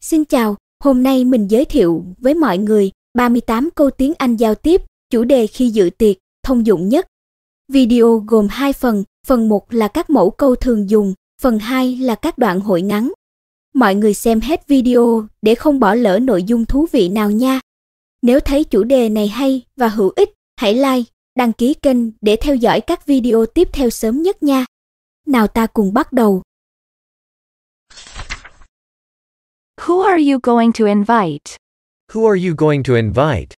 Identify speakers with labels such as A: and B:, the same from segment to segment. A: Xin chào, hôm nay mình giới thiệu với mọi người 38 câu tiếng Anh giao tiếp, chủ đề khi dự tiệc, thông dụng nhất. Video gồm 2 phần, phần 1 là các mẫu câu thường dùng, phần 2 là các đoạn hội ngắn. Mọi người xem hết video để không bỏ lỡ nội dung thú vị nào nha. Nếu thấy chủ đề này hay và hữu ích, hãy like, đăng ký kênh để theo dõi các video tiếp theo sớm nhất nha. Nào ta cùng bắt đầu.
B: Who are you going to invite?
C: Who are you going to invite?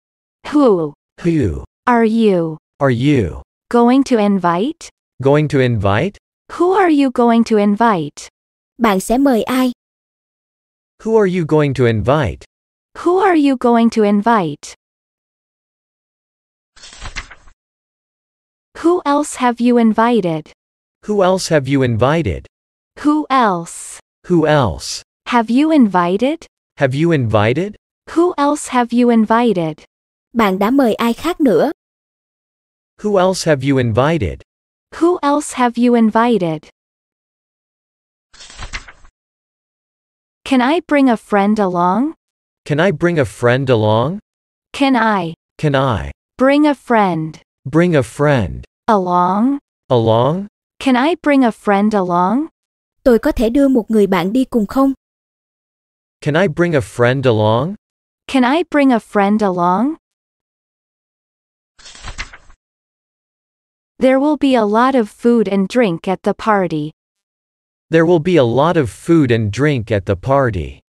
B: Who
C: Who
B: are you
C: are you
B: going to invite?
C: going to invite?
B: Who are you going to invite?
A: Bạn sẽ mời ai?
C: Who are you going to invite?
B: Who are you going to invite? Who else have you invited?
C: Who else have you invited?
B: Who else
C: Who else
B: have you invited?
C: have you invited?
B: Who else have you invited?
A: Bạn đã mời ai khác nữa?
C: Who else have you invited?
B: Who else have you invited? Can I bring a friend along?
C: Can I bring a friend along?
B: Can I
C: Can I
B: bring a friend
C: bring a friend
B: along?
C: along?
B: Can I bring a friend along?
A: Tôi có thể đưa một người bạn đi cùng không?
C: Can I bring a friend along?
B: Can I bring a friend along? There will be a lot of food and drink at the party.
C: There will be a lot of food and drink at the party.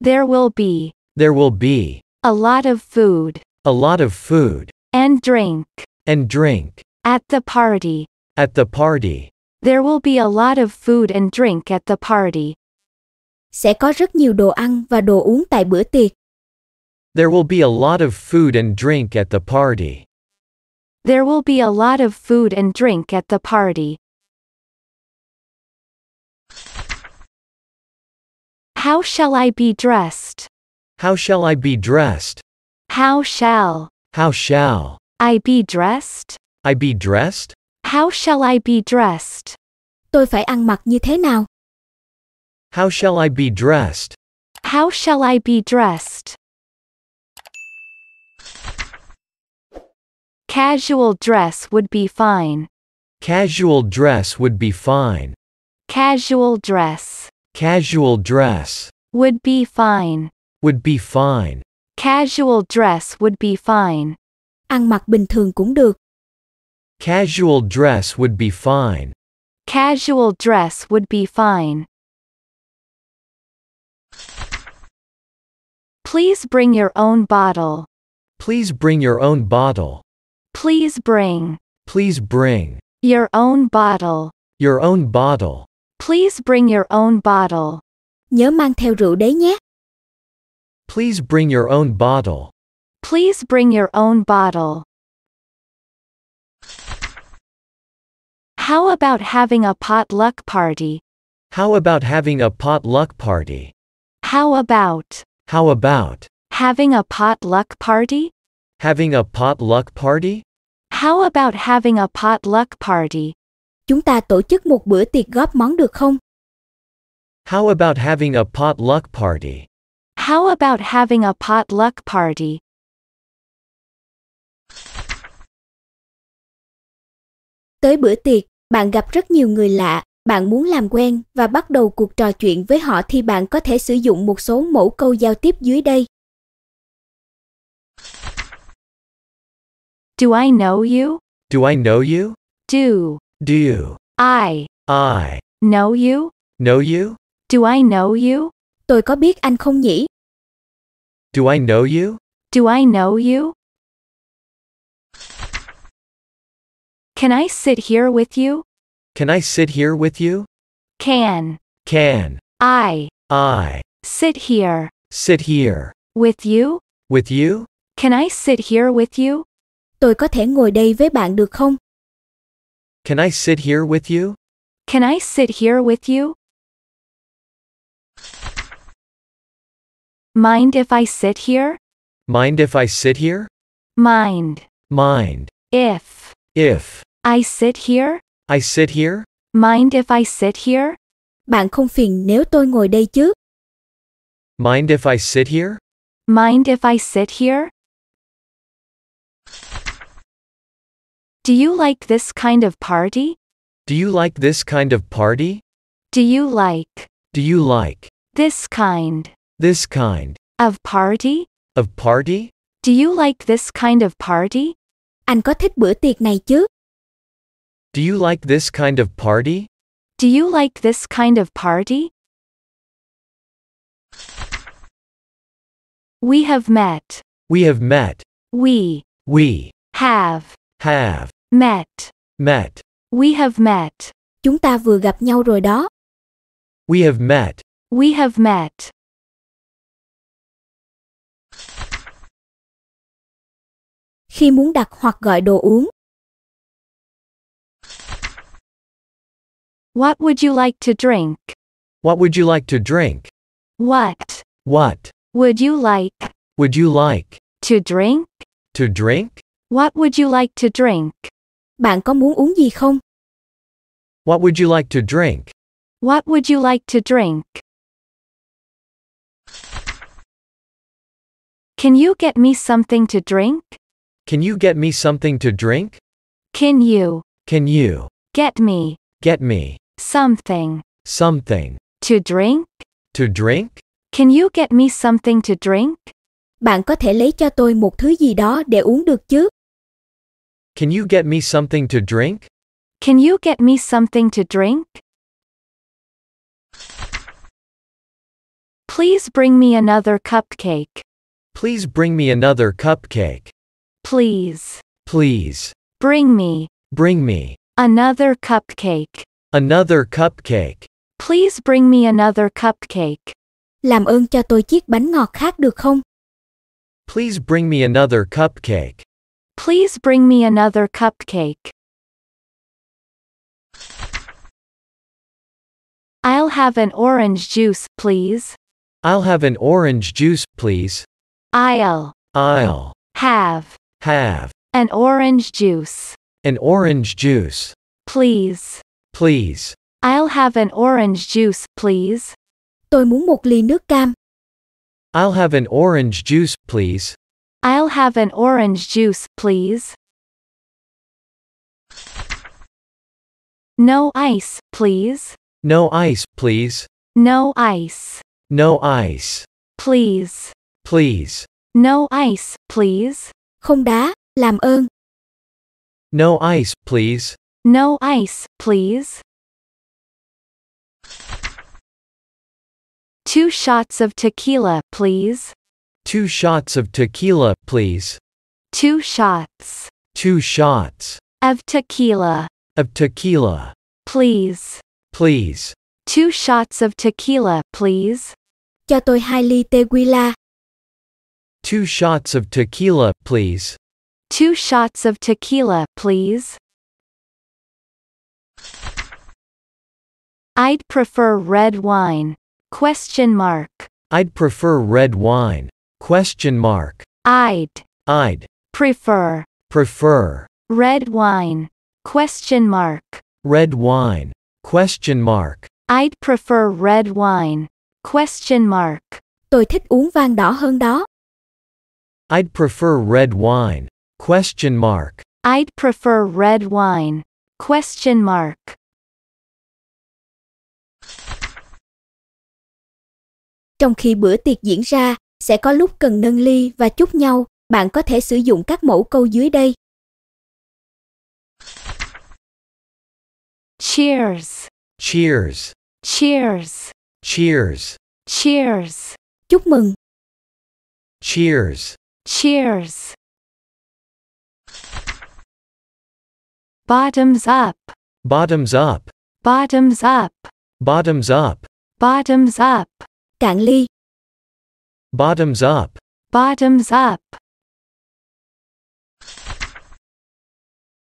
B: There will be
C: There will be
B: a lot of food
C: a lot of food
B: and drink
C: and drink
B: at the party.
C: at the party.
B: There will be a lot of food and drink at the party.
A: Sẽ có rất nhiều đồ ăn và đồ uống tại bữa tiệc.
C: There will be a lot of food and drink at the party.
B: There will be a lot of food and drink at the party. How shall I be dressed?
C: How shall I be dressed?
B: How shall
C: How shall
B: I be dressed?
C: I be dressed?
B: How shall I be dressed?
A: Tôi phải ăn mặc như thế nào?
C: How shall I be dressed?
B: How shall I be dressed? Casual dress would be fine.
C: Casual dress would be fine.
B: Casual dress
C: Casual dress
B: would be fine.
C: would be fine.
B: Casual dress would be fine.
A: Ăn mặc bình thường cũng được.
C: Casual dress would be fine.
B: Casual dress would be fine. Please bring your own bottle.
C: Please bring your own bottle.
B: Please bring
C: Please bring
B: your own bottle.
C: your own bottle.
B: Please bring your own bottle.
A: Nhớ mang theo rượu đấy nhé.
C: Please bring your own bottle.
B: Please bring your own bottle. How about having a potluck party?
C: How about having a potluck party?
B: How about
C: How about
B: having a potluck party?
C: having a potluck party?
B: How about having a potluck party?
A: Chúng ta tổ chức một bữa tiệc góp món được không?
C: How about having a potluck party?
B: How about having a potluck party?
A: Tới bữa tiệc, bạn gặp rất nhiều người lạ, bạn muốn làm quen và bắt đầu cuộc trò chuyện với họ thì bạn có thể sử dụng một số mẫu câu giao tiếp dưới đây.
B: Do I know you?
C: Do I know you?
B: Do
C: Do you?
B: I
C: I
B: know you?
C: know you?
B: Do I know you?
A: Tôi có biết anh không nhỉ?
C: Do I know you?
B: Do I know you? Can I sit here with you?
C: Can I sit here with you?
B: Can
C: Can
B: I
C: I
B: sit here
C: sit here
B: with you?
C: with you?
B: Can I sit here with you?
A: Tôi có thể ngồi đây với bạn được không?
C: Can I sit here with you?
B: Can I sit here with you? Mind if I sit here?
C: Mind if I sit here?
B: Mind
C: Mind
B: if
C: if
B: I sit here?
C: I sit here?
B: Mind if I sit here?
A: Bạn không phiền nếu tôi ngồi đây chứ?
C: Mind if I sit here?
B: Mind if I sit here? Do you like this kind of party?
C: Do you like this kind of party?
B: Do you like
C: Do you like
B: this kind
C: this kind
B: of party?
C: of party?
B: Do you like this kind of party?
A: Anh có thích bữa tiệc này chứ?
C: Do you like this kind of party?
B: Do you like this kind of party? We have met.
C: We have met.
B: We
C: We
B: have
C: have
B: met.
C: met.
B: We have met.
A: Chúng ta vừa gặp nhau rồi đó.
C: We have met.
B: We have met.
A: Khi muốn đặt hoặc gọi đồ uống,
B: What would you like to drink?
C: What would you like to drink?
B: What
C: What
B: would you like
C: would you like
B: to drink?
C: to drink?
B: What would you like to drink?
A: bạn có muốn uống gì không?
C: What would you like to drink?
B: What would you like to drink? Can you get me something to drink?
C: Can you get me something to drink?
B: Can you
C: Can you
B: get me
C: get me
B: something
C: something
B: to drink?
C: to drink?
B: Can you get me something to drink?
A: Bạn có thể lấy cho tôi một thứ gì đó để uống được chứ?
C: Can you get me something to drink?
B: Can you get me something to drink? Please bring me another cupcake.
C: Please bring me another cupcake.
B: Please
C: Please
B: bring me
C: bring me
B: another cupcake.
C: another cupcake.
B: Please bring me another cupcake.
A: Làm ơn cho tôi chiếc bánh ngọt khác được không?
C: Please bring me another cupcake.
B: Please bring me another cupcake. I'll have an orange juice, please.
C: I'll have an orange juice, please.
B: I'll
C: I'll
B: have
C: have
B: an orange juice,
C: an orange juice,
B: please.
C: please.
B: I'll have an orange juice, please.
A: Tôi muốn một ly nước cam.
C: I'll have an orange juice, please.
B: I'll have an orange juice, please. No ice, please.
C: No ice, please.
B: No ice,
C: No ice,
B: please.
C: please.
B: No ice, please.
A: Không đá, làm ơn.
C: No ice, please.
B: No ice, please. Two shots of tequila, please.
C: Two shots of tequila, please.
B: Two shots
C: Two shots
B: of tequila,
C: of tequila,
B: please.
C: please.
B: Two shots of tequila, please.
A: Cho tôi hai ly tequila.
C: Two shots of tequila, please.
B: Two shots of tequila, please. I'd prefer red wine. Question mark.
C: I'd prefer red wine. Question mark.
B: I'd
C: I'd
B: prefer
C: prefer
B: red wine. Question mark.
C: red wine. Question mark.
B: I'd prefer red wine. Question mark.
A: Tôi thích uống vang đỏ hơn đó.
C: I'd prefer red wine. Question mark.
B: I'd prefer red wine. Question mark.
A: Trong khi bữa tiệc diễn ra, sẽ có lúc cần nâng ly và chúc nhau. Bạn có thể sử dụng các mẫu câu dưới đây.
B: Cheers.
C: Cheers.
B: Cheers.
C: Cheers.
B: Cheers.
A: Chúc mừng,
C: Cheers.
B: Cheers. Bottoms up.
C: Bottoms up.
B: Bottoms up.
C: Bottoms up.
B: Bottoms up.
A: cạn ly,
C: Bottoms up.
B: Bottoms up.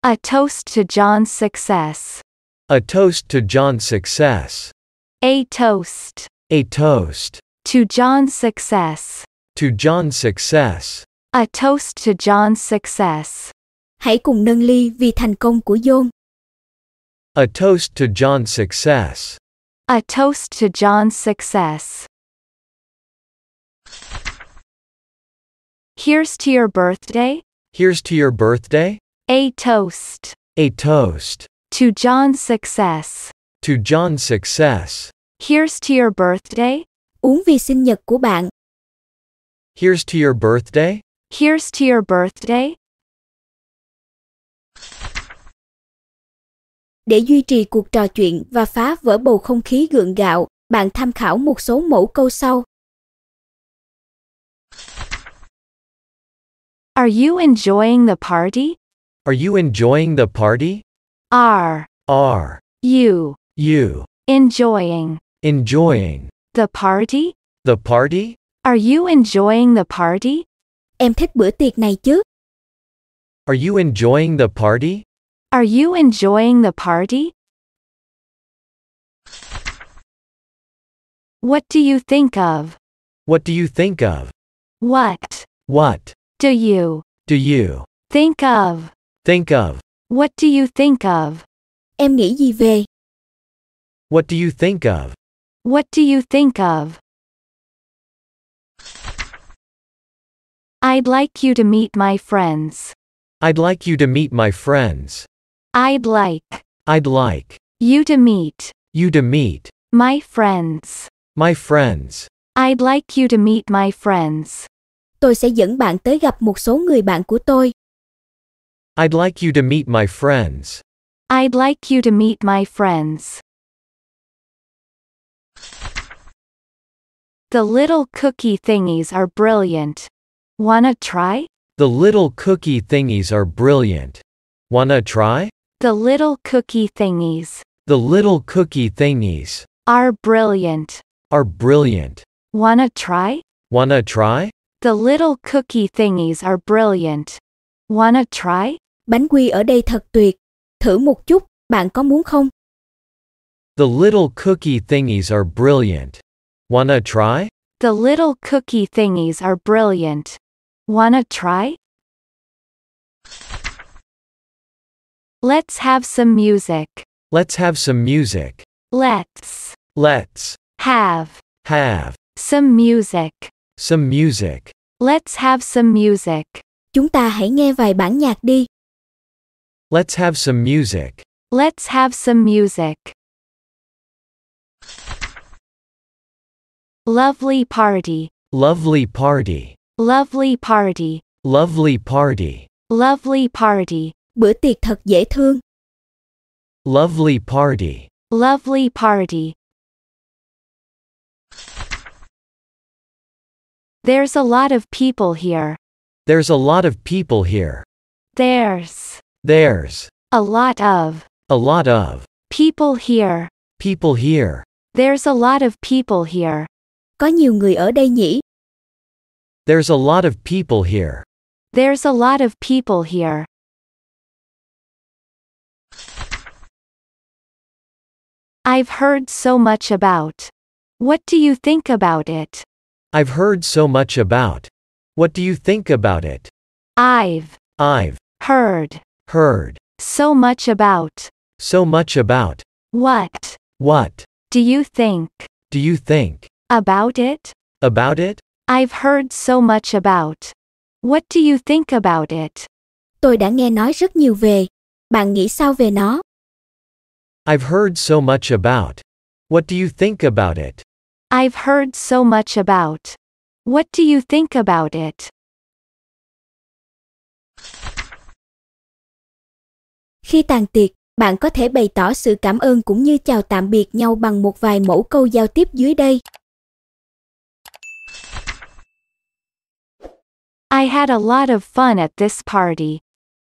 B: A toast to John's success.
C: A toast to John's success.
B: A toast
C: A toast
B: to John's success.
C: to John's success.
B: A toast to John's success.
A: hãy cùng nâng ly vì thành công của John.
C: A toast to John's success.
B: A toast to John's success. Here's to your birthday.
C: Here's to your birthday.
B: A toast.
C: A toast.
B: To John's success.
C: To John's success.
B: Here's to your birthday.
A: Uống vì sinh nhật của bạn.
C: Here's to your birthday.
B: Here's to your birthday.
A: Để duy trì cuộc trò chuyện và phá vỡ bầu không khí gượng gạo, bạn tham khảo một số mẫu câu sau.
B: Are you enjoying the party?
C: Are you enjoying the party?
B: Are
C: Are
B: you
C: you
B: enjoying
C: enjoying
B: the party?
C: the party?
B: Are you enjoying the party?
A: Em thích bữa tiệc này chứ?
C: Are you enjoying the party?
B: Are you enjoying the party? What do you think of?
C: What do you think of?
B: What
C: What
B: do you
C: do you
B: think of?
C: think of?
B: What do you think of?
A: Em nghĩ gì về?
C: What do you think of?
B: What do you think of? I'd like you to meet my friends.
C: I'd like you to meet my friends.
B: I'd like
C: I'd like
B: you to meet
C: you to meet
B: my friends.
C: my friends.
B: I'd like you to meet my friends.
A: Tôi sẽ dẫn bạn tới gặp một số người bạn của tôi.
C: I'd like you to meet my friends.
B: I'd like you to meet my friends. The little cookie thingies are brilliant. Wanna try?
C: The little cookie thingies are brilliant. Wanna try?
B: The little cookie thingies
C: The little cookie thingies
B: are brilliant.
C: are brilliant.
B: Wanna try?
C: Wanna try?
B: The little cookie thingies are brilliant. Wanna try?
A: Bánh quy ở đây thật tuyệt. Thử một chút, bạn có muốn không?
C: The little cookie thingies are brilliant. Wanna try?
B: The little cookie thingies are brilliant. Wanna try? Let's have some music.
C: Let's have some music.
B: Let's
C: Let's
B: have
C: have
B: some music.
C: some music.
B: Let's have some music.
A: Chúng ta hãy nghe vài bản nhạc đi.
C: Let's have some music.
B: Let's have some music. Lovely party.
C: Lovely party.
B: Lovely party.
C: Lovely party.
B: Lovely party.
A: Bữa tiệc thật dễ thương.
C: Lovely party.
B: Lovely party. There's a lot of people here.
C: There's a lot of people here.
B: There's
C: There's
B: a lot of
C: a lot of
B: people here.
C: people here.
B: There's a lot of people here.
A: Có nhiều người ở đây nhỉ?
C: There's a lot of people here.
B: There's a lot of people here. I've heard so much about. What do you think about it?
C: I've heard so much about. What do you think about it?
B: I've
C: I've
B: heard
C: heard
B: so much about.
C: so much about.
B: What
C: What
B: do you think
C: do you think
B: about it?
C: about it?
B: I've heard so much about. What do you think about it?
A: Tôi đã nghe nói rất nhiều về. Bạn nghĩ sao về nó?
C: I've heard so much about. What do you think about it?
B: I've heard so much about. What do you think about it?
A: Khi tàn tiệc, bạn có thể bày tỏ sự cảm ơn cũng như chào tạm biệt nhau bằng một vài mẫu câu giao tiếp dưới đây.
B: I had a lot of fun at this party.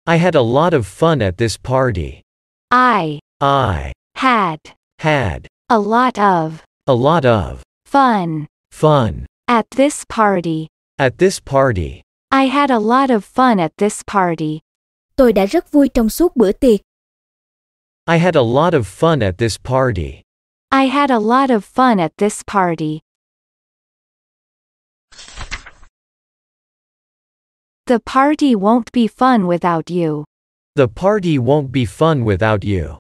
C: I had a lot of fun at this party.
B: I
C: I
B: had
C: had
B: a lot of
C: a lot of
B: fun
C: fun
B: at this party.
C: at this party.
B: I had a lot of fun at this party.
A: Tôi đã rất vui trong suốt bữa tiệc.
C: I had a lot of fun at this party.
B: I had a lot of fun at this party. The party won't be fun without you.
C: The party won't be fun without you.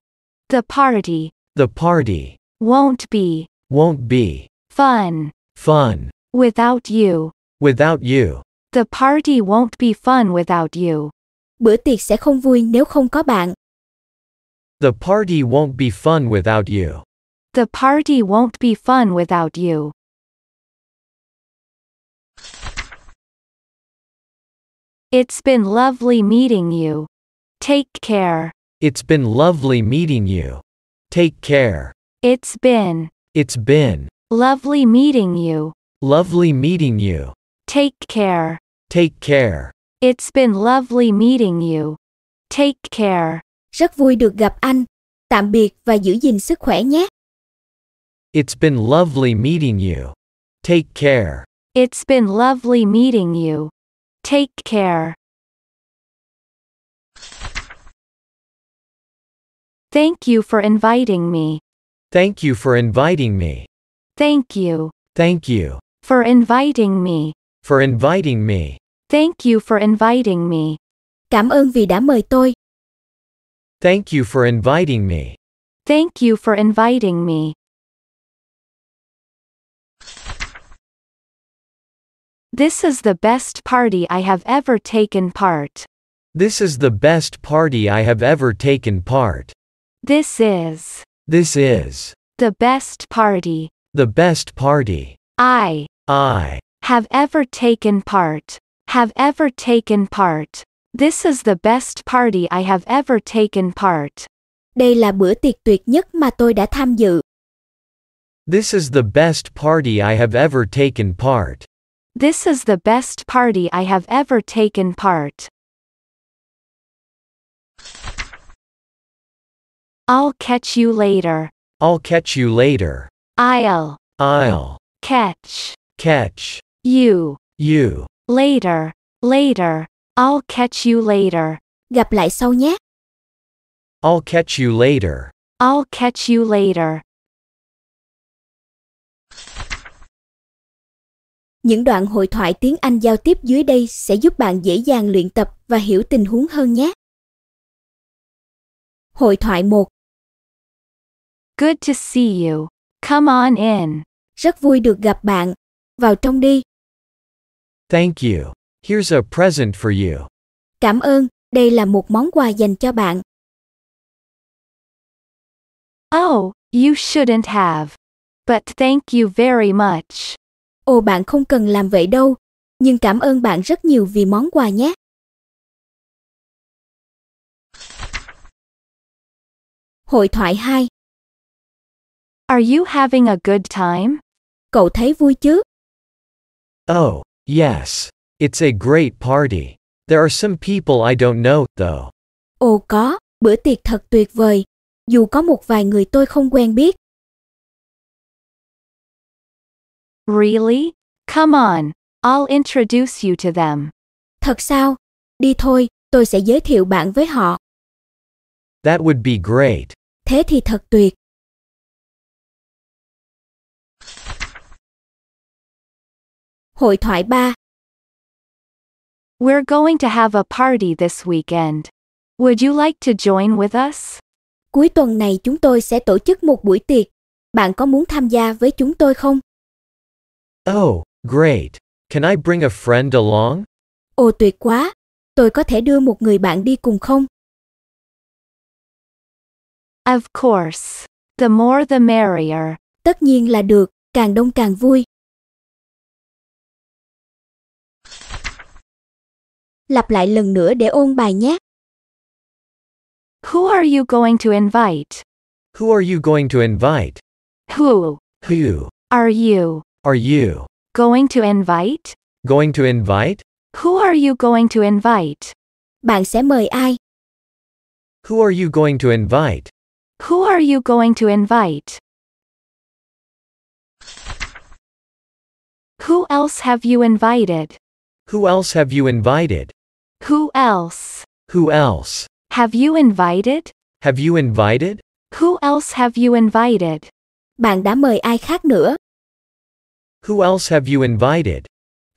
B: The party
C: The party
B: won't be
C: won't be
B: fun
C: fun
B: without you.
C: without you.
B: The party won't be fun without you.
A: Bữa tiệc sẽ không vui nếu không có bạn.
C: The party won't be fun without you.
B: The party won't be fun without you. It's been lovely meeting you. Take care.
C: It's been lovely meeting you. Take care.
B: It's been
C: It's been
B: lovely meeting you.
C: lovely meeting you.
B: Take care.
C: Take care.
B: It's been lovely meeting you. Take care.
A: Rất vui được gặp anh. Tạm biệt và giữ gìn sức khỏe nhé.
C: It's been lovely meeting you. Take care.
B: It's been lovely meeting you. Take care. Thank you for inviting me.
C: Thank you for inviting me.
B: Thank you
C: Thank you
B: for inviting me.
C: for inviting me.
B: Thank you for inviting me.
A: Cảm ơn vì đã mời tôi.
C: Thank you for inviting me.
B: Thank you for inviting me. This is the best party I have ever taken part.
C: This is the best party I have ever taken part.
B: This is
C: This is
B: the best party
C: the best party
B: I
C: I
B: have ever taken part. Have ever taken part. This is the best party I have ever taken part.
A: Đây là bữa tiệc tuyệt nhất mà tôi đã tham dự.
C: This is the best party I have ever taken part.
B: This is the best party I have ever taken part. I'll catch you later.
C: I'll catch you later.
B: I'll
C: I'll
B: catch
C: catch
B: you
C: you
B: later. Later. I'll catch you later.
A: Gặp lại sau nhé.
C: I'll catch you later.
B: I'll catch you later.
A: Những đoạn hội thoại tiếng Anh giao tiếp dưới đây sẽ giúp bạn dễ dàng luyện tập và hiểu tình huống hơn nhé. Hội thoại 1.
B: Good to see you. Come on in.
A: Rất vui được gặp bạn. Vào trong đi.
C: Thank you. Here's a present for you.
A: Cảm ơn, đây là một món quà dành cho bạn.
B: Oh, you shouldn't have. But thank you very much.
A: Ồ bạn không cần làm vậy đâu, nhưng cảm ơn bạn rất nhiều vì món quà nhé. Hội thoại 2,
B: Are you having a good time?
A: cậu thấy vui chứ?
C: Oh, yes. It's a great party. There are some people I don't know, though.
A: Ồ có, bữa tiệc thật tuyệt vời. Dù có một vài người tôi không quen biết,
B: Really? Come on. I'll introduce you to them.
A: thật sao? Đi thôi, tôi sẽ giới thiệu bạn với họ.
C: That would be great.
A: Thế thì thật tuyệt. Hội thoại 3,
B: We're going to have a party this weekend. Would you like to join with us?
A: Cuối tuần này chúng tôi sẽ tổ chức một buổi tiệc. Bạn có muốn tham gia với chúng tôi không?
C: Oh, great. Can I bring a friend along?
A: Ồ tuyệt quá! Tôi có thể đưa một người bạn đi cùng không?
B: Of course. The more the merrier.
A: Tất nhiên là được, càng đông càng vui. Lặp lại lần nữa để ôn bài nhé.
B: Who are you going to invite?
C: Who are you going to invite?
B: Who
C: Who
B: are you
C: are you
B: going to invite?
C: going to invite?
B: Who are you going to invite?
A: Bạn sẽ mời ai?
C: Who are you going to invite?
B: Who are you going to invite? Who else have you invited?
C: Who else have you invited?
B: Who else
C: Who else
B: have you invited?
C: have you invited?
B: Who else have you invited?
A: Bạn đã mời ai khác nữa?
C: Who else have you invited?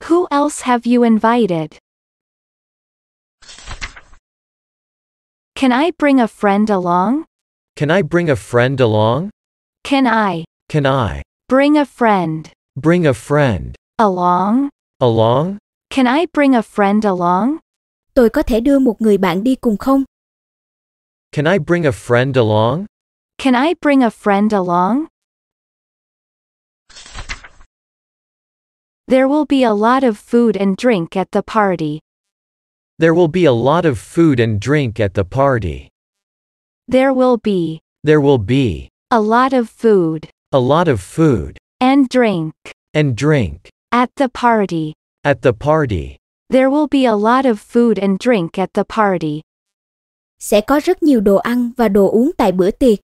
B: Who else have you invited? Can I bring a friend along?
C: Can I bring a friend along?
B: Can I
C: Can I
B: bring a friend
C: bring a friend
B: along?
C: along?
B: Can I bring a friend along?
A: Tôi có thể đưa một người bạn đi cùng không?
C: Can I bring a friend along?
B: Can I bring a friend along? There will be a lot of food and drink at the party.
C: There will be a lot of food and drink at the party.
B: There will be
C: There will be
B: a lot of food
C: a lot of food
B: and drink
C: and drink
B: at the party.
C: at the party.
B: There will be a lot of food and drink at the party.
A: Sẽ có rất nhiều đồ ăn và đồ uống tại bữa tiệc.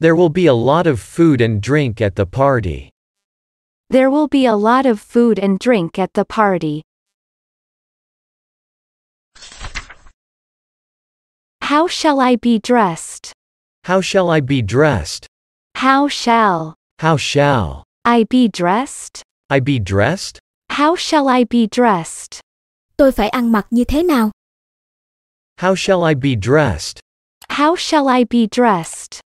C: There will be a lot of food and drink at the party.
B: There will be a lot of food and drink at the party. How shall I be dressed?
C: How shall I be dressed?
B: How shall
C: How shall
B: I be dressed?
C: I be dressed?
B: How shall I be dressed?
A: Tôi phải ăn mặc như thế nào?
C: How shall I be dressed?
B: How shall I be dressed?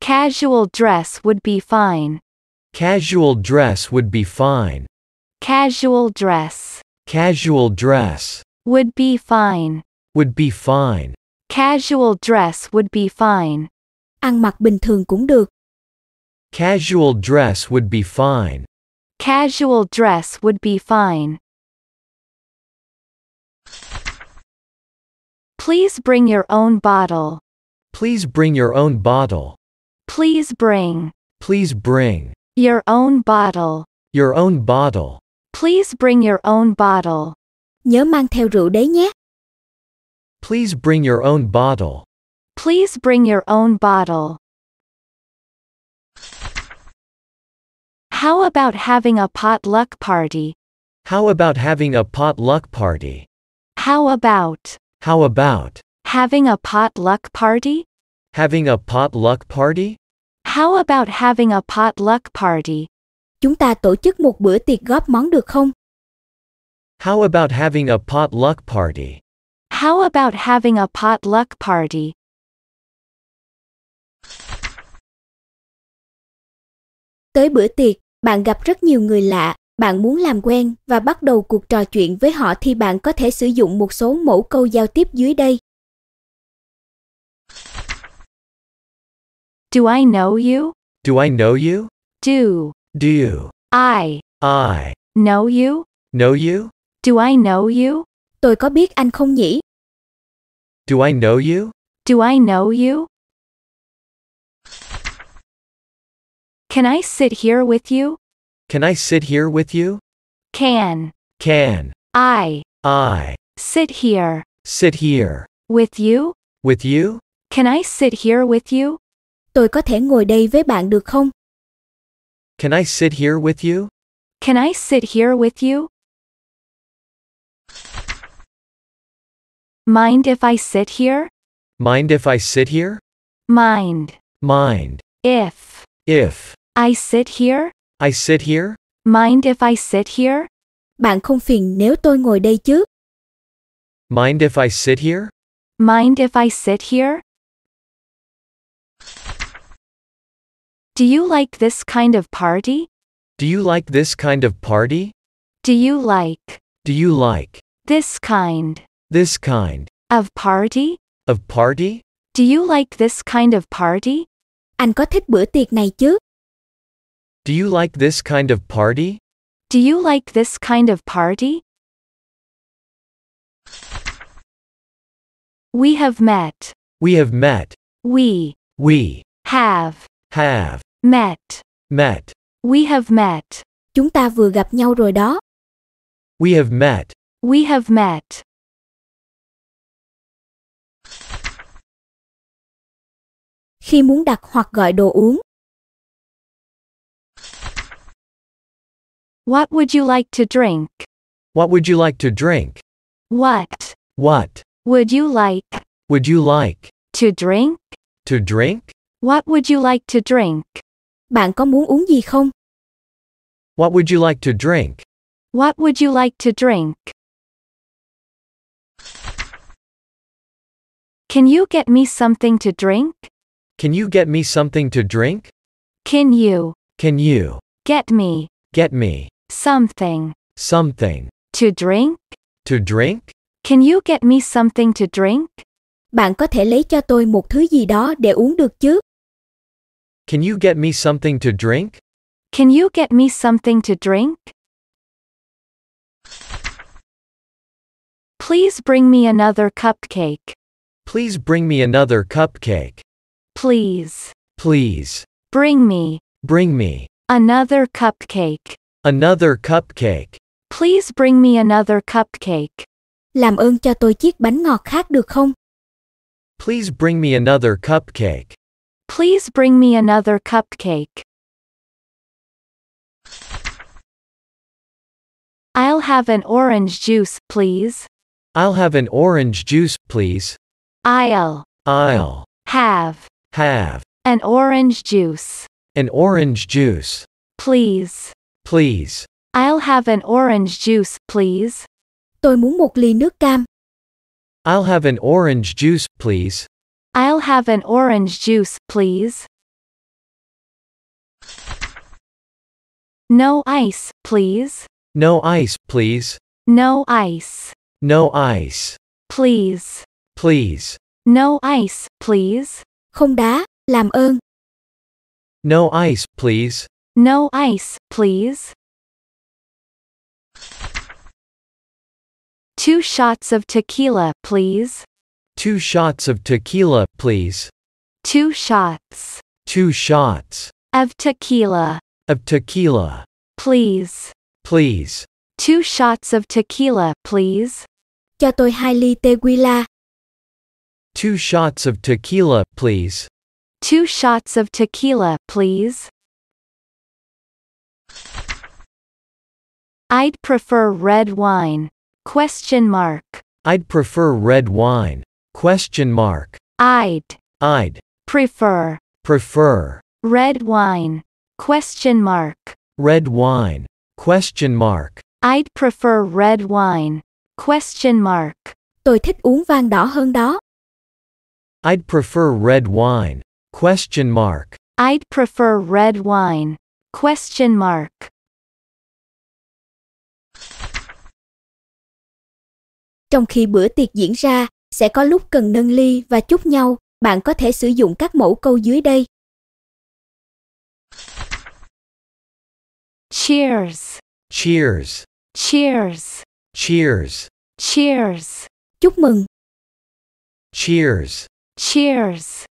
B: Casual dress would be fine.
C: Casual dress would be fine.
B: Casual dress
C: Casual dress
B: would be fine.
C: would be fine.
B: Casual dress would be fine.
A: Ăn mặc bình thường cũng được.
C: Casual dress would be fine.
B: Casual dress would be fine. Please bring your own bottle.
C: Please bring your own bottle.
B: Please bring
C: Please bring
B: your own bottle.
C: your own bottle.
B: Please bring your own bottle.
A: Nhớ mang theo rượu đấy nhé.
C: Please bring your own bottle.
B: Please bring your own bottle. How about having a potluck party?
C: How about having a potluck party?
B: How about
C: How about
B: having a potluck party?
C: having a potluck party?
B: How about having a potluck party?
A: Chúng ta tổ chức một bữa tiệc góp món được không?
C: How about having a potluck party?
B: How about having a potluck party?
A: Tới bữa tiệc, bạn gặp rất nhiều người lạ, bạn muốn làm quen và bắt đầu cuộc trò chuyện với họ thì bạn có thể sử dụng một số mẫu câu giao tiếp dưới đây.
B: Do I know you?
C: Do I know you?
B: Do
C: Do you?
B: I
C: I
B: know you?
C: know you?
B: Do I know you?
A: Tôi có biết anh không nhỉ?
C: Do I know you?
B: Do I know you? Can I sit here with you?
C: Can I sit here with you?
B: Can
C: Can
B: I
C: I
B: sit here
C: sit here
B: with you?
C: with you?
B: Can I sit here with you?
A: Tôi có thể ngồi đây với bạn được không?
C: Can I sit here with you?
B: Can I sit here with you? Mind if I sit here?
C: Mind if I sit here?
B: Mind
C: Mind
B: if
C: if
B: I sit here?
C: I sit here?
B: Mind if I sit here?
A: Bạn không phiền nếu tôi ngồi đây chứ?
C: Mind if I sit here?
B: Mind if I sit here? Do you like this kind of party?
C: Do you like this kind of party?
B: Do you like
C: Do you like
B: this kind
C: this kind
B: of party?
C: of party?
B: Do you like this kind of party?
A: Anh có thích bữa tiệc này chứ?
C: Do you like this kind of party?
B: Do you like this kind of party? We have met.
C: We have met.
B: We
C: We
B: have
C: have
B: met.
C: met.
B: We have met.
A: Chúng ta vừa gặp nhau rồi đó.
C: We have met.
B: We have met.
A: Khi muốn đặt hoặc gọi đồ uống,
B: What would you like to drink?
C: What would you like to drink?
B: What
C: What
B: would you like
C: would you like
B: to drink?
C: to drink?
B: What would you like to drink?
A: bạn có muốn uống gì không?
C: What would you like to drink?
B: What would you like to drink? Can you get me something to drink?
C: Can you get me something to drink?
B: Can you
C: Can you
B: Get me
C: Get me
B: something
C: something
B: to drink?
C: to drink?
B: Can you get me something to drink?
A: Bạn có thể lấy cho tôi một thứ gì đó để uống được chứ?
C: Can you get me something to drink?
B: Can you get me something to drink? Please bring me another cupcake.
C: Please bring me another cupcake.
B: Please
C: Please
B: bring me
C: bring me
B: another cupcake.
C: another cupcake.
B: Please bring me another cupcake.
A: Làm ơn cho tôi chiếc bánh ngọt khác được không?
C: Please bring me another cupcake.
B: Please bring me another cupcake. I'll have an orange juice, please.
C: I'll have an orange juice, please.
B: I'll
C: I'll
B: have
C: have
B: an orange juice,
C: an orange juice,
B: please.
C: please.
B: I'll have an orange juice, please.
A: Tôi muốn một ly nước cam.
C: I'll have an orange juice, please.
B: I'll have an orange juice, please. No ice, please.
C: No ice, please.
B: No ice,
C: No ice,
B: please.
C: please.
B: No ice, please.
A: Không đá, làm ơn.
C: No ice, please.
B: No ice, please. Two shots of tequila, please.
C: Two shots of tequila, please.
B: Two shots
C: Two shots
B: of tequila,
C: of tequila,
B: please.
C: please.
B: Two shots of tequila, please.
A: Cho tôi hai ly tequila.
C: Two shots of tequila, please.
B: Two shots of tequila, please. I'd prefer red wine. Question mark.
C: I'd prefer red wine. Question mark.
B: I'd
C: I'd
B: prefer
C: prefer
B: red wine. Question mark.
C: red wine. Question mark.
B: I'd prefer red wine. Question mark.
A: Tôi thích uống vang đỏ hơn đó.
C: I'd prefer red wine. Question mark.
B: I'd prefer red wine. Question mark.
A: Trong khi bữa tiệc diễn ra, sẽ có lúc cần nâng ly và chúc nhau. Bạn có thể sử dụng các mẫu câu dưới đây.
B: Cheers.
C: Cheers.
B: Cheers.
C: Cheers.
B: Cheers.
A: Chúc mừng,
C: Cheers.
B: Cheers.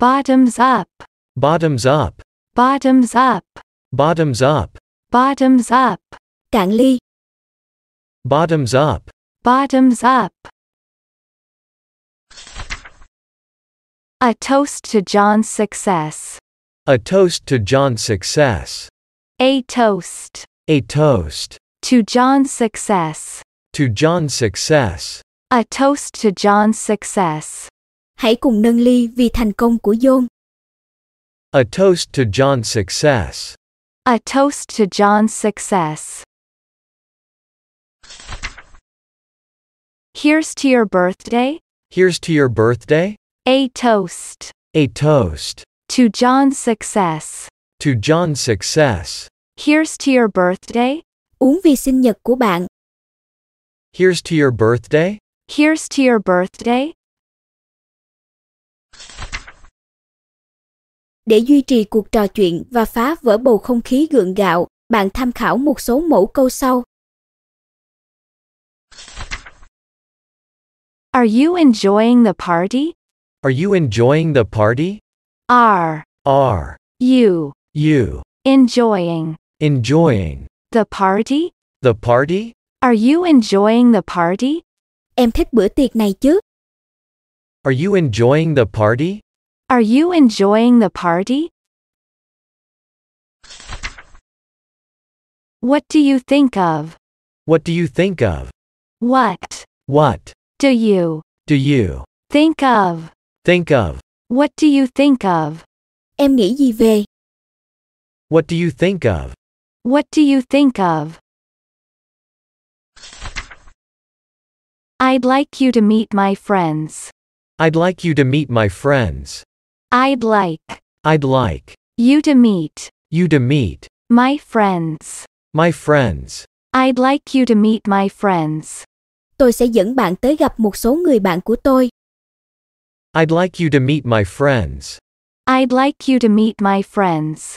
B: Bottoms up.
C: Bottoms up.
B: Bottoms up.
C: Bottoms up.
B: Bottoms up.
A: cạn ly,
C: Bottoms up.
B: Bottoms up. A toast to John's success.
C: A toast to John's success.
B: A toast
C: A toast
B: to John's success.
C: to John's success.
B: A toast to John's success.
A: hãy cùng nâng ly vì thành công của John.
C: A toast to John's success.
B: A toast to John's success. Here's to your birthday.
C: Here's to your birthday.
B: A toast
C: A toast
B: to John's success.
C: to John's success.
B: Here's to your birthday.
A: Uống vì sinh nhật của bạn.
C: Here's to your birthday.
B: Here's to your birthday.
A: Để duy trì cuộc trò chuyện và phá vỡ bầu không khí gượng gạo, bạn tham khảo một số mẫu câu sau.
B: Are you enjoying the party?
C: Are you enjoying the party?
B: Are
C: Are
B: you
C: you
B: enjoying
C: enjoying
B: the party?
C: the party?
B: Are you enjoying the party?
A: Em thích bữa tiệc này chứ?
C: Are you enjoying the party?
B: Are you enjoying the party? What do you think of?
C: What do you think of?
B: What
C: What
B: do you
C: do you
B: think of?
C: think of?
B: What do you think of?
A: Em nghĩ gì về?
C: What do you think of?
B: What do you think of? I'd like you to meet my friends.
C: I'd like you to meet my friends.
B: I'd like
C: I'd like
B: You to meet.
C: you to meet
B: My friends.
C: my friends.
B: I'd like you to meet my friends.
A: Tôi sẽ dẫn bạn tới gặp một số người bạn của tôi.
C: I'd like you to meet my friends.
B: I'd like you to meet my friends.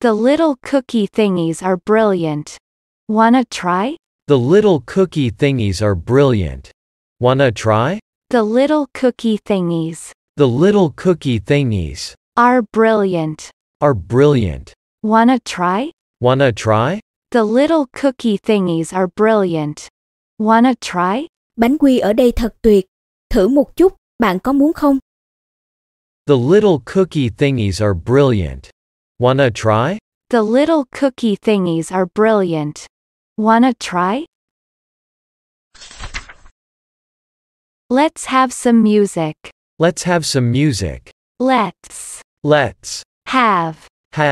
B: The little cookie thingies are brilliant. Wanna try?
C: The little cookie thingies are brilliant. Wanna try?
B: The little cookie thingies
C: The little cookie thingies
B: are brilliant.
C: are brilliant.
B: Wanna try?
C: Wanna try?
B: The little cookie thingies are brilliant. Wanna try?
A: Bánh quy ở đây thật tuyệt. Thử một chút, bạn có muốn không?
C: The little cookie thingies are brilliant. Wanna try?
B: The little cookie thingies are brilliant. Wanna try? Let's have some music.
C: Let's have some music.
B: Let's
C: Let's
B: have
C: have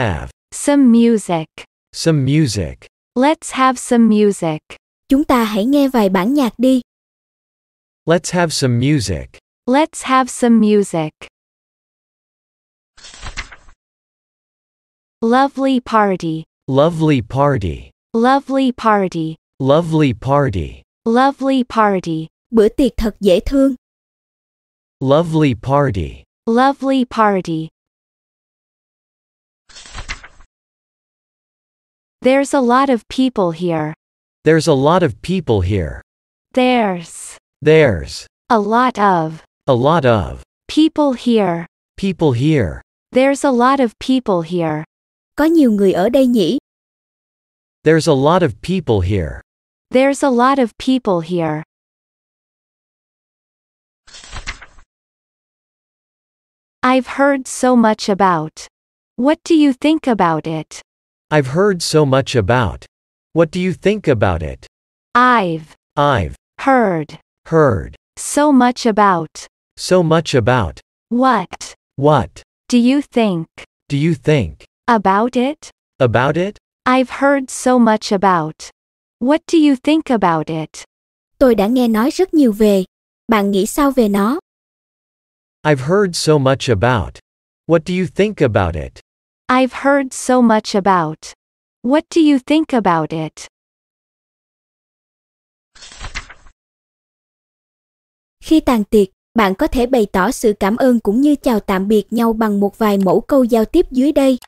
B: some music.
C: some music.
B: Let's have some music.
A: Chúng ta hãy nghe vài bản nhạc đi.
C: Let's have some music.
B: Let's have some music. Lovely party.
C: Lovely party.
B: Lovely party.
C: Lovely party.
B: Lovely party.
A: Bữa tiệc thật dễ thương.
C: Lovely party.
B: Lovely party. There's a lot of people here.
C: There's a lot of people here.
B: There's
C: There's
B: a lot of
C: a lot of
B: people here.
C: people here.
B: There's a lot of people here.
A: Có nhiều người ở đây nhỉ?
C: There's a lot of people here.
B: There's a lot of people here. I've heard so much about. What do you think about it?
C: I've heard so much about. What do you think about it?
B: I've
C: I've
B: heard
C: heard
B: so much about.
C: so much about.
B: What
C: What
B: do you think
C: do you think
B: about it?
C: about it?
B: I've heard so much about. What do you think about it?
A: Tôi đã nghe nói rất nhiều về. Bạn nghĩ sao về nó?
C: I've heard so much about. What do you think about it?
B: I've heard so much about. What do you think about it?
A: Khi tàn tiệc, bạn có thể bày tỏ sự cảm ơn cũng như chào tạm biệt nhau bằng một vài mẫu câu giao tiếp dưới đây.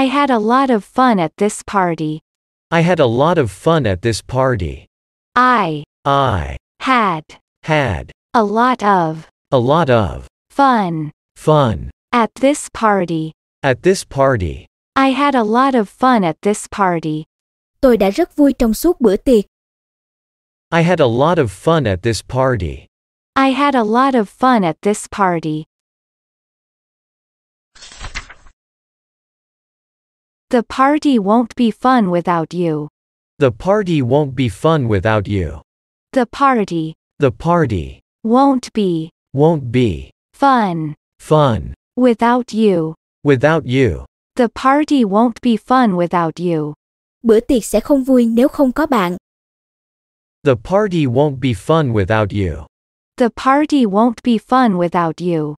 B: I had a lot of fun at this party.
C: I had a lot of fun at this party.
B: I
C: I
B: had
C: had
B: a lot of
C: a lot of
B: fun
C: fun
B: at this party.
C: at this party.
B: I had a lot of fun at this party.
A: Tôi đã rất vui trong suốt bữa tiệc.
C: I had a lot of fun at this party.
B: I had a lot of fun at this party. The party won't be fun without you.
C: The party won't be fun without you.
B: The party
C: The party
B: won't be
C: won't be
B: fun
C: fun
B: without you.
C: without you.
B: The party won't be fun without you.
A: Bữa tiệc sẽ không vui nếu không có bạn.
C: The party won't be fun without you.
B: The party won't be fun without you.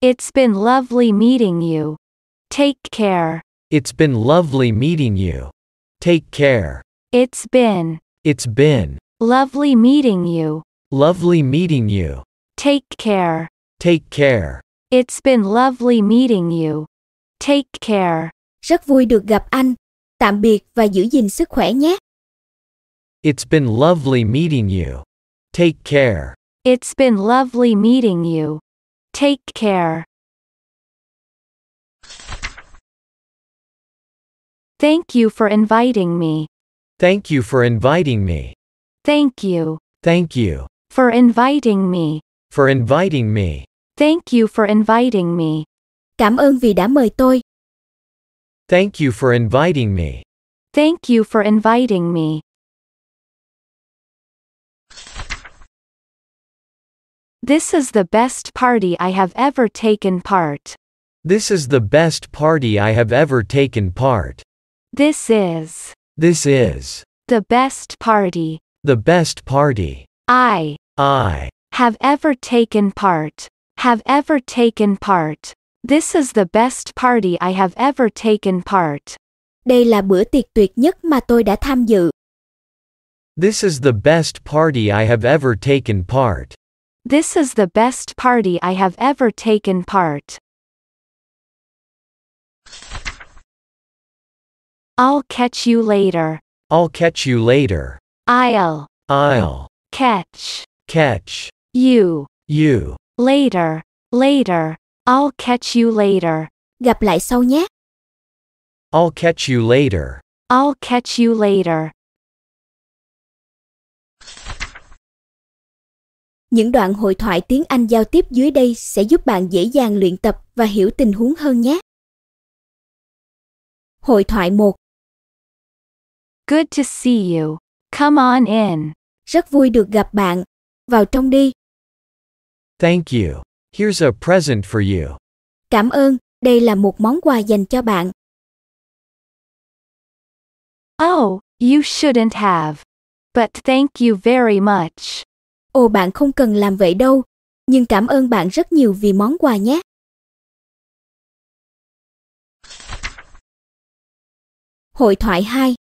B: It's been lovely meeting you. Take care.
C: It's been lovely meeting you. Take care.
B: It's been
C: It's been
B: lovely meeting you.
C: lovely meeting you.
B: Take care.
C: Take care.
B: It's been lovely meeting you. Take care.
A: Rất vui được gặp anh. Tạm biệt và giữ gìn sức khỏe nhé.
C: It's been lovely meeting you. Take care.
B: It's been lovely meeting you. Take care. Thank you for inviting me.
C: Thank you for inviting me.
B: Thank you
C: Thank you
B: for inviting me.
C: for inviting me.
B: Thank you for inviting me.
A: Cảm ơn vì đã mời tôi.
C: Thank you for inviting me.
B: Thank you for inviting me. This is the best party I have ever taken part.
C: This is the best party I have ever taken part.
B: This is
C: This is
B: the best party
C: the best party
B: I
C: I
B: have ever taken part. Have ever taken part. This is the best party I have ever taken part.
A: Đây là bữa tiệc tuyệt nhất mà tôi đã tham dự.
C: This is the best party I have ever taken part.
B: This is the best party I have ever taken part. I'll catch you later.
C: I'll catch you later.
B: I'll
C: I'll
B: catch
C: catch
B: you
C: you
B: later. Later. I'll catch you later.
A: Gặp lại sau nhé.
C: I'll catch you later.
B: I'll catch you later.
A: Những đoạn hội thoại tiếng Anh giao tiếp dưới đây sẽ giúp bạn dễ dàng luyện tập và hiểu tình huống hơn nhé. Hội thoại 1.
B: Good to see you. Come on in.
A: Rất vui được gặp bạn. Vào trong đi.
C: Thank you. Here's a present for you.
A: Cảm ơn, đây là một món quà dành cho bạn.
B: Oh, you shouldn't have. But thank you very much.
A: Ồ bạn không cần làm vậy đâu, nhưng cảm ơn bạn rất nhiều vì món quà nhé. Hội thoại 2,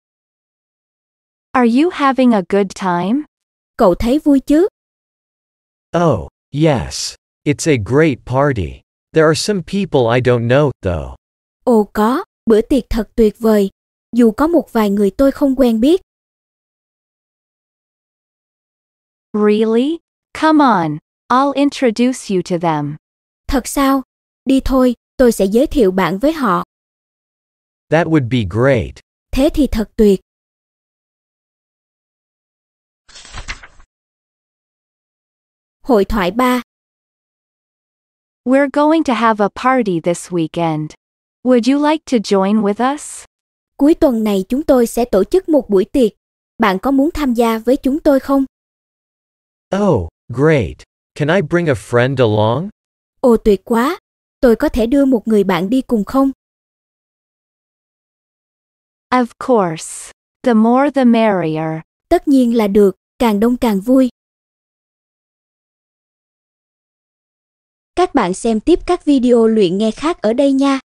B: Are you having a good time?
A: cậu thấy vui chứ?
C: Oh, yes. It's a great party. There are some people I don't know, though.
A: Ồ có, bữa tiệc thật tuyệt vời. Dù có một vài người tôi không quen biết,
B: Really? Come on. I'll introduce you to them.
A: thật sao? Đi thôi, tôi sẽ giới thiệu bạn với họ.
C: That would be great.
A: Thế thì thật tuyệt. Hội thoại 3,
B: We're going to have a party this weekend. Would you like to join with us?
A: cuối tuần này chúng tôi sẽ tổ chức một buổi tiệc. Bạn có muốn tham gia với chúng tôi không?
C: Oh, great. Can I bring a friend along?
A: Ồ tuyệt quá, tôi có thể đưa một người bạn đi cùng không?
B: Of course. The more the merrier.
A: Tất nhiên là được, càng đông càng vui. Các bạn xem tiếp các video luyện nghe khác ở đây nha.